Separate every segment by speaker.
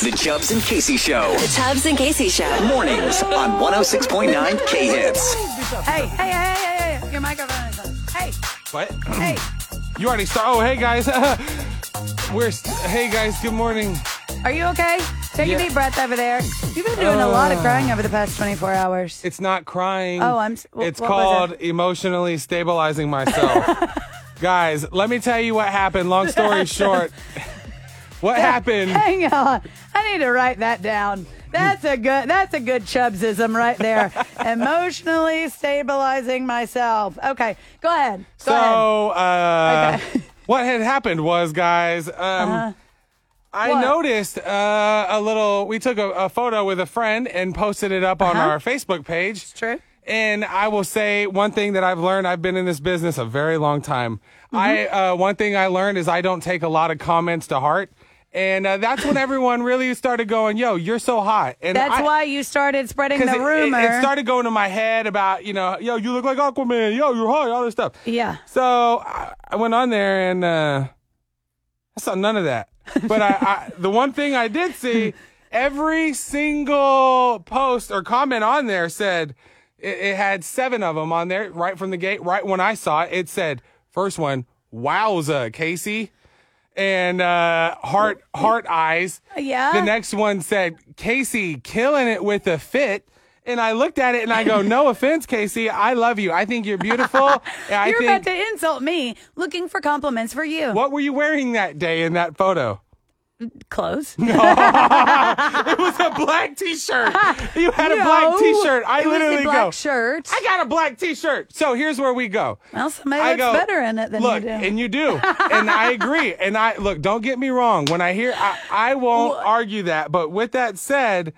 Speaker 1: The Chubbs and Casey Show.
Speaker 2: The Tubbs and Casey Show.
Speaker 1: Mornings on 106.9 K Hits.
Speaker 3: Hey, hey, hey, hey, hey, your microphone is on. Hey,
Speaker 4: What?
Speaker 3: hey.
Speaker 4: You already start. Oh, hey guys. We're. St- hey guys. Good morning.
Speaker 3: Are you okay? Take
Speaker 4: Yeah.
Speaker 3: a deep breath over there. You've been doing a lot of crying over the past 24 hours.
Speaker 4: It's not crying.
Speaker 3: Oh, I'm s- wh-
Speaker 4: it's
Speaker 3: what was
Speaker 4: called
Speaker 3: it?
Speaker 4: emotionally stabilizing myself. guys, let me tell you what happened. Long story short, what happened?
Speaker 3: Hang on. I need to write that down. That's a good that's a good chubsism right there. Emotionally stabilizing myself. Okay. Go ahead. Go ahead.
Speaker 4: so, uh,
Speaker 3: Okay.
Speaker 4: what had happened was, guys. Um, I
Speaker 3: Uh-huh. What?
Speaker 4: noticed uh, a little. We took a, a photo with a friend and posted it up on
Speaker 3: Uh-huh.
Speaker 4: our Facebook page. It's
Speaker 3: true.
Speaker 4: And I will say one thing that I've learned. I've been in this business a very long time.
Speaker 3: Mm-hmm.
Speaker 4: I uh, one thing I learned is I don't take a lot of comments to heart, and uh, that's when everyone really started going, "Yo, you're so hot." And
Speaker 3: That's
Speaker 4: I-
Speaker 3: why you started spreading the
Speaker 4: because
Speaker 3: rumor.
Speaker 4: It, started going to my head about, you know, yo, you look like Aquaman, yo, you're hot, all this stuff.
Speaker 3: Yeah.
Speaker 4: So I, I went on there and uh, I saw none of that. But I, I the one thing I did see, every single post or comment on there said, it, it had seven of them on there right from the gate. Right when I saw it, it said, first one, wowza, Casey. And uh, heart, heart eyes.
Speaker 3: Yeah.
Speaker 4: The next one said, Casey killing it with a fit. And I looked at it and I go, no offense, Casey. I love you. I think you're beautiful. And I
Speaker 3: You're
Speaker 4: think,
Speaker 3: about to insult me looking for compliments for you.
Speaker 4: what were you wearing that day in that photo?
Speaker 3: Clothes.
Speaker 4: It was a black t-shirt. You had a
Speaker 3: No.
Speaker 4: black t-shirt. I
Speaker 3: It was the
Speaker 4: literally
Speaker 3: black
Speaker 4: go,
Speaker 3: shirt.
Speaker 4: I got a black t-shirt. So here's where we go.
Speaker 3: Well, somebody
Speaker 4: I
Speaker 3: looks
Speaker 4: go,
Speaker 3: better in it than you
Speaker 4: look,
Speaker 3: do.
Speaker 4: and you do, and I agree. And I look, don't get me wrong. When I hear, I, I won't argue that. But with that said,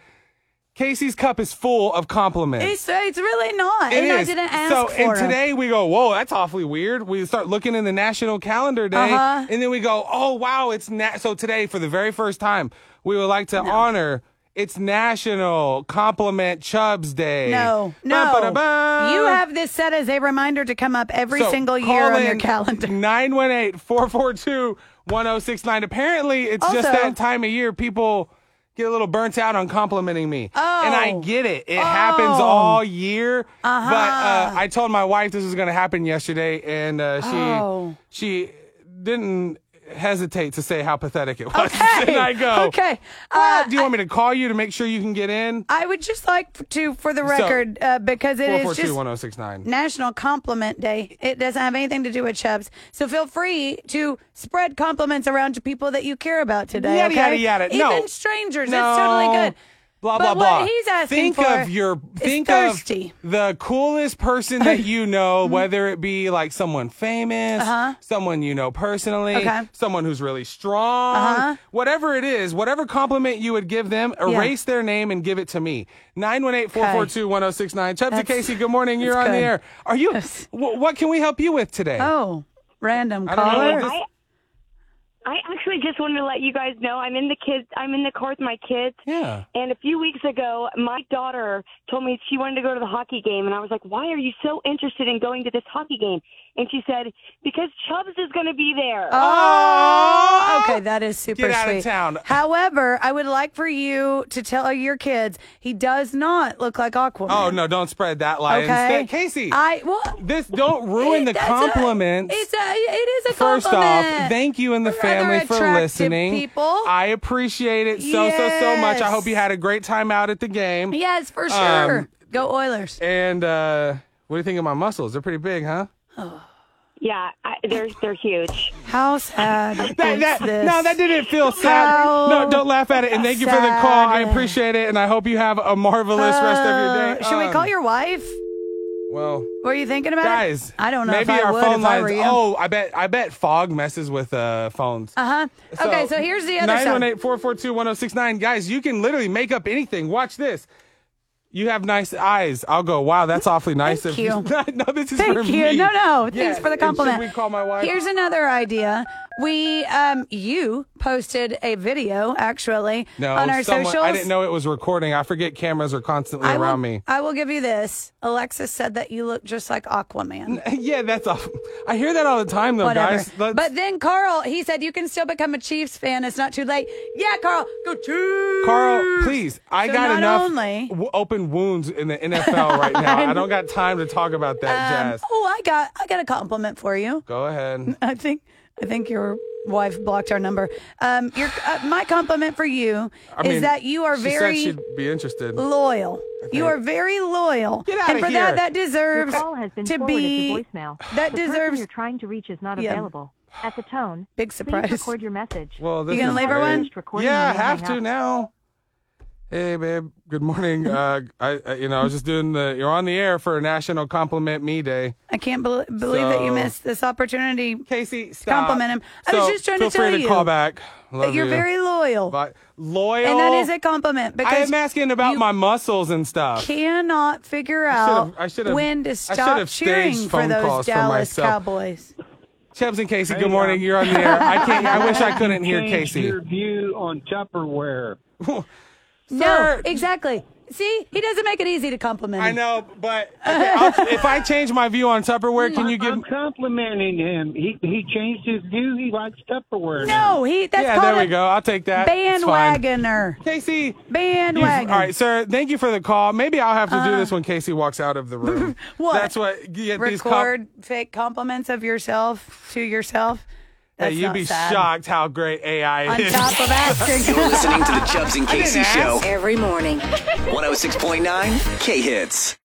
Speaker 4: Casey's cup is full of compliments.
Speaker 3: It's, it's really not.
Speaker 4: It
Speaker 3: and I
Speaker 4: is.
Speaker 3: didn't ask
Speaker 4: so,
Speaker 3: for
Speaker 4: and
Speaker 3: it.
Speaker 4: today we go, whoa, that's awfully weird. We start looking in the national calendar day,
Speaker 3: Uh-huh.
Speaker 4: and then we go, oh wow, it's na-. so today for the very first time we would like to honor. It's National Compliment Chubs Day.
Speaker 3: No, no.
Speaker 4: Ba-ba-da-ba.
Speaker 3: You have this set as a reminder to come up every
Speaker 4: So
Speaker 3: single year
Speaker 4: call
Speaker 3: on your
Speaker 4: in
Speaker 3: calendar.
Speaker 4: 918-442-1069. Apparently, it's just
Speaker 3: Also-
Speaker 4: that time of year people get a little burnt out on complimenting me.
Speaker 3: Oh.
Speaker 4: And I get it. It happens all year.
Speaker 3: Uh-huh.
Speaker 4: But uh, I told my wife this was going to happen yesterday, and uh, she
Speaker 3: Oh.
Speaker 4: she didn't hesitate to say how pathetic it was.
Speaker 3: Okay.
Speaker 4: and I go,
Speaker 3: Okay.
Speaker 4: "Well,
Speaker 3: Uh,
Speaker 4: do you want me to call you to make sure you can get in?
Speaker 3: I would just like to, for the record, uh, because it is just
Speaker 4: oh. 442-1069.
Speaker 3: National Compliment Day. It doesn't have anything to do with Chubbs. So feel free to spread compliments around to people that you care about today.
Speaker 4: Yada,
Speaker 3: okay?
Speaker 4: yada, yada. No.
Speaker 3: Even strangers.
Speaker 4: No.
Speaker 3: It's totally good.
Speaker 4: Blah
Speaker 3: But
Speaker 4: blah blah.
Speaker 3: what he's asking
Speaker 4: think
Speaker 3: for
Speaker 4: of your
Speaker 3: is
Speaker 4: think
Speaker 3: thirsty.
Speaker 4: of the coolest person that you know, whether it be like someone famous, someone you know personally,
Speaker 3: Uh-huh. Okay. Uh-huh.
Speaker 4: someone who's really strong, whatever it is, whatever compliment you would give them, erase their name and give it to me. 918-442-1069. Chubbs and
Speaker 3: That's-
Speaker 4: Casey, good morning. You're
Speaker 3: that's
Speaker 4: on the
Speaker 3: good.
Speaker 4: air. Are you
Speaker 3: Yes.
Speaker 4: wh- what can we help you with today?
Speaker 3: Oh, random
Speaker 4: I don't know
Speaker 3: caller.
Speaker 4: if this-
Speaker 5: I actually just wanted to let you guys know I'm in the kids. I'm in the car with my kids.
Speaker 4: yeah.
Speaker 5: And a few weeks ago, my daughter told me she wanted to go to the hockey game, and I was like, "Why are you so interested in going to this hockey game?" And she said, "Because Chubbs is going to be there."
Speaker 4: Oh,
Speaker 3: Okay, that is super
Speaker 4: Get out of
Speaker 3: sweet.
Speaker 4: town.
Speaker 3: However, I would like for you to tell your kids he does not look like Aquaman.
Speaker 4: Oh no, don't spread that lie.
Speaker 3: Okay,
Speaker 4: Instead, Casey.
Speaker 3: I well,
Speaker 4: This don't ruin the
Speaker 3: that's a-
Speaker 4: compliments.
Speaker 3: it's a, it is a
Speaker 4: First off,
Speaker 3: compliment.
Speaker 4: thank you and the
Speaker 3: We're
Speaker 4: family
Speaker 3: other
Speaker 4: for
Speaker 3: attractive
Speaker 4: listening.
Speaker 3: People,
Speaker 4: I appreciate it so so so much. I hope you
Speaker 3: Yes.
Speaker 4: had a great time out at the game.
Speaker 3: yes, for
Speaker 4: Um,
Speaker 3: sure. Go Oilers.
Speaker 4: And uh, what do you think of my muscles? They're pretty big, huh?
Speaker 5: Yeah, I, they're they're huge.
Speaker 3: How sad
Speaker 4: That,
Speaker 3: is
Speaker 4: that,
Speaker 3: this?
Speaker 4: no, that didn't feel sad.
Speaker 3: How
Speaker 4: No, don't laugh at it. And thank you for the
Speaker 3: sad
Speaker 4: call. I
Speaker 3: is-
Speaker 4: appreciate it, and I hope you have a marvelous rest of your
Speaker 3: Uh,
Speaker 4: day.
Speaker 3: Should we
Speaker 4: Um,
Speaker 3: call your wife?
Speaker 4: Well,
Speaker 3: Were you thinking about
Speaker 4: guys,
Speaker 3: it? I don't know.
Speaker 4: Maybe
Speaker 3: if I
Speaker 4: our
Speaker 3: would,
Speaker 4: phone
Speaker 3: if I
Speaker 4: lines.
Speaker 3: were you.
Speaker 4: Oh, I bet. I bet fog messes with uh, phones.
Speaker 3: Uh huh. Okay, so here's the other side.
Speaker 4: 918-442-1069. Guys, you can literally make up anything. Watch this. You have nice eyes. I'll go. Wow, that's awfully nice.
Speaker 3: Thank
Speaker 4: of you. no, this is for
Speaker 3: Thank you.
Speaker 4: me.
Speaker 3: No, no.
Speaker 4: Yeah,
Speaker 3: Thanks for the
Speaker 4: and should
Speaker 3: compliment.
Speaker 4: we call my wife?
Speaker 3: Here's another idea. We, um, you posted a video actually
Speaker 4: no,
Speaker 3: on our
Speaker 4: someone-
Speaker 3: socials.
Speaker 4: I didn't know it was recording. I forget cameras are constantly
Speaker 3: I will-
Speaker 4: around me.
Speaker 3: I will give you this. Alexis said that you look just like Aquaman.
Speaker 4: yeah, that's awful. I hear that all the time, though,
Speaker 3: Whatever.
Speaker 4: guys. Let's-
Speaker 3: but then Carl, he said you can still become a Chiefs fan. It's not too late. Yeah, Carl, go Chiefs.
Speaker 4: Carl, please. I
Speaker 3: mm, So
Speaker 4: got
Speaker 3: not
Speaker 4: enough
Speaker 3: only-
Speaker 4: w- open wounds in the NFL right now. I don't got time to talk about that
Speaker 3: Um,
Speaker 4: jazz.
Speaker 3: oh, I got I got a compliment for you.
Speaker 4: Go ahead.
Speaker 3: I think I think your wife blocked our number. Um, your uh, my compliment for you
Speaker 4: I
Speaker 3: is
Speaker 4: mean,
Speaker 3: that you are
Speaker 4: she
Speaker 3: very
Speaker 4: Said she'd be interested.
Speaker 3: loyal. You are very loyal,
Speaker 4: Get outta
Speaker 3: and for
Speaker 4: here.
Speaker 3: that, that deserves
Speaker 2: Your call has been
Speaker 3: to
Speaker 2: forwarded
Speaker 3: be
Speaker 2: to voicemail.
Speaker 3: that
Speaker 2: the person
Speaker 3: deserves-
Speaker 2: you're trying to reach is not
Speaker 3: Yeah.
Speaker 2: available. At the tone,
Speaker 3: Big surprise.
Speaker 2: Please record your message.
Speaker 4: Well, this
Speaker 3: You gonna
Speaker 4: is
Speaker 3: leave her
Speaker 4: great.
Speaker 3: one?
Speaker 2: Finished recording
Speaker 4: Yeah, I
Speaker 2: and then
Speaker 4: have
Speaker 2: hang
Speaker 4: to
Speaker 2: up.
Speaker 4: now. Hey, babe. Good morning. Uh, I, I, you know, I was just doing the. You're on the air for National Compliment Me Day.
Speaker 3: I can't bel believe that you
Speaker 4: So-
Speaker 3: missed this opportunity.
Speaker 4: Casey, stop.
Speaker 3: Compliment him. I was
Speaker 4: So,
Speaker 3: just trying to
Speaker 4: feel
Speaker 3: tell
Speaker 4: free to
Speaker 3: you
Speaker 4: call back.
Speaker 3: That
Speaker 4: Love
Speaker 3: you're
Speaker 4: you.
Speaker 3: very loyal,
Speaker 4: Bye. loyal.
Speaker 3: and that is a compliment because
Speaker 4: I am asking about
Speaker 3: you
Speaker 4: my muscles and stuff.
Speaker 3: Cannot figure
Speaker 4: should've-
Speaker 3: out
Speaker 4: I should've-
Speaker 3: when to
Speaker 4: I
Speaker 3: stop
Speaker 4: should've staged
Speaker 3: cheering for
Speaker 4: phone
Speaker 3: those
Speaker 4: calls for
Speaker 3: Dallas
Speaker 4: myself.
Speaker 3: Cowboys.
Speaker 4: Chubbs and Casey, good morning. You're on the air. I can't. I wish I couldn't hear
Speaker 6: Change
Speaker 4: Casey.
Speaker 6: Your view on Tupperware.
Speaker 3: No, exactly. See, he doesn't make it easy to compliment.
Speaker 4: I
Speaker 3: him.
Speaker 4: know, but okay, I'll- if I change my view on Tupperware, can you give?
Speaker 6: I'm complimenting him. He he changed his view. He likes Tupperware. now.
Speaker 3: No, he. That's
Speaker 4: Yeah,
Speaker 3: called
Speaker 4: there we
Speaker 3: a
Speaker 4: go. I'll take that. It's fine.
Speaker 3: Bandwagoner.
Speaker 4: Casey. You've-
Speaker 3: Bandwagon. Uh,
Speaker 4: All right, sir. Thank you for the call. Maybe I'll have to do this when Casey walks out of the room.
Speaker 3: What?
Speaker 4: That's what. Get these cop-
Speaker 3: Record fake compliments of yourself to yourself.
Speaker 4: Hey,
Speaker 3: That's
Speaker 4: you'd
Speaker 3: not
Speaker 4: be
Speaker 3: sad.
Speaker 4: shocked how great AI
Speaker 3: On
Speaker 4: is.
Speaker 3: top of asking.
Speaker 1: You're listening to the Chubbs and Casey Show.
Speaker 7: Every morning.
Speaker 1: 106.9 K Hits.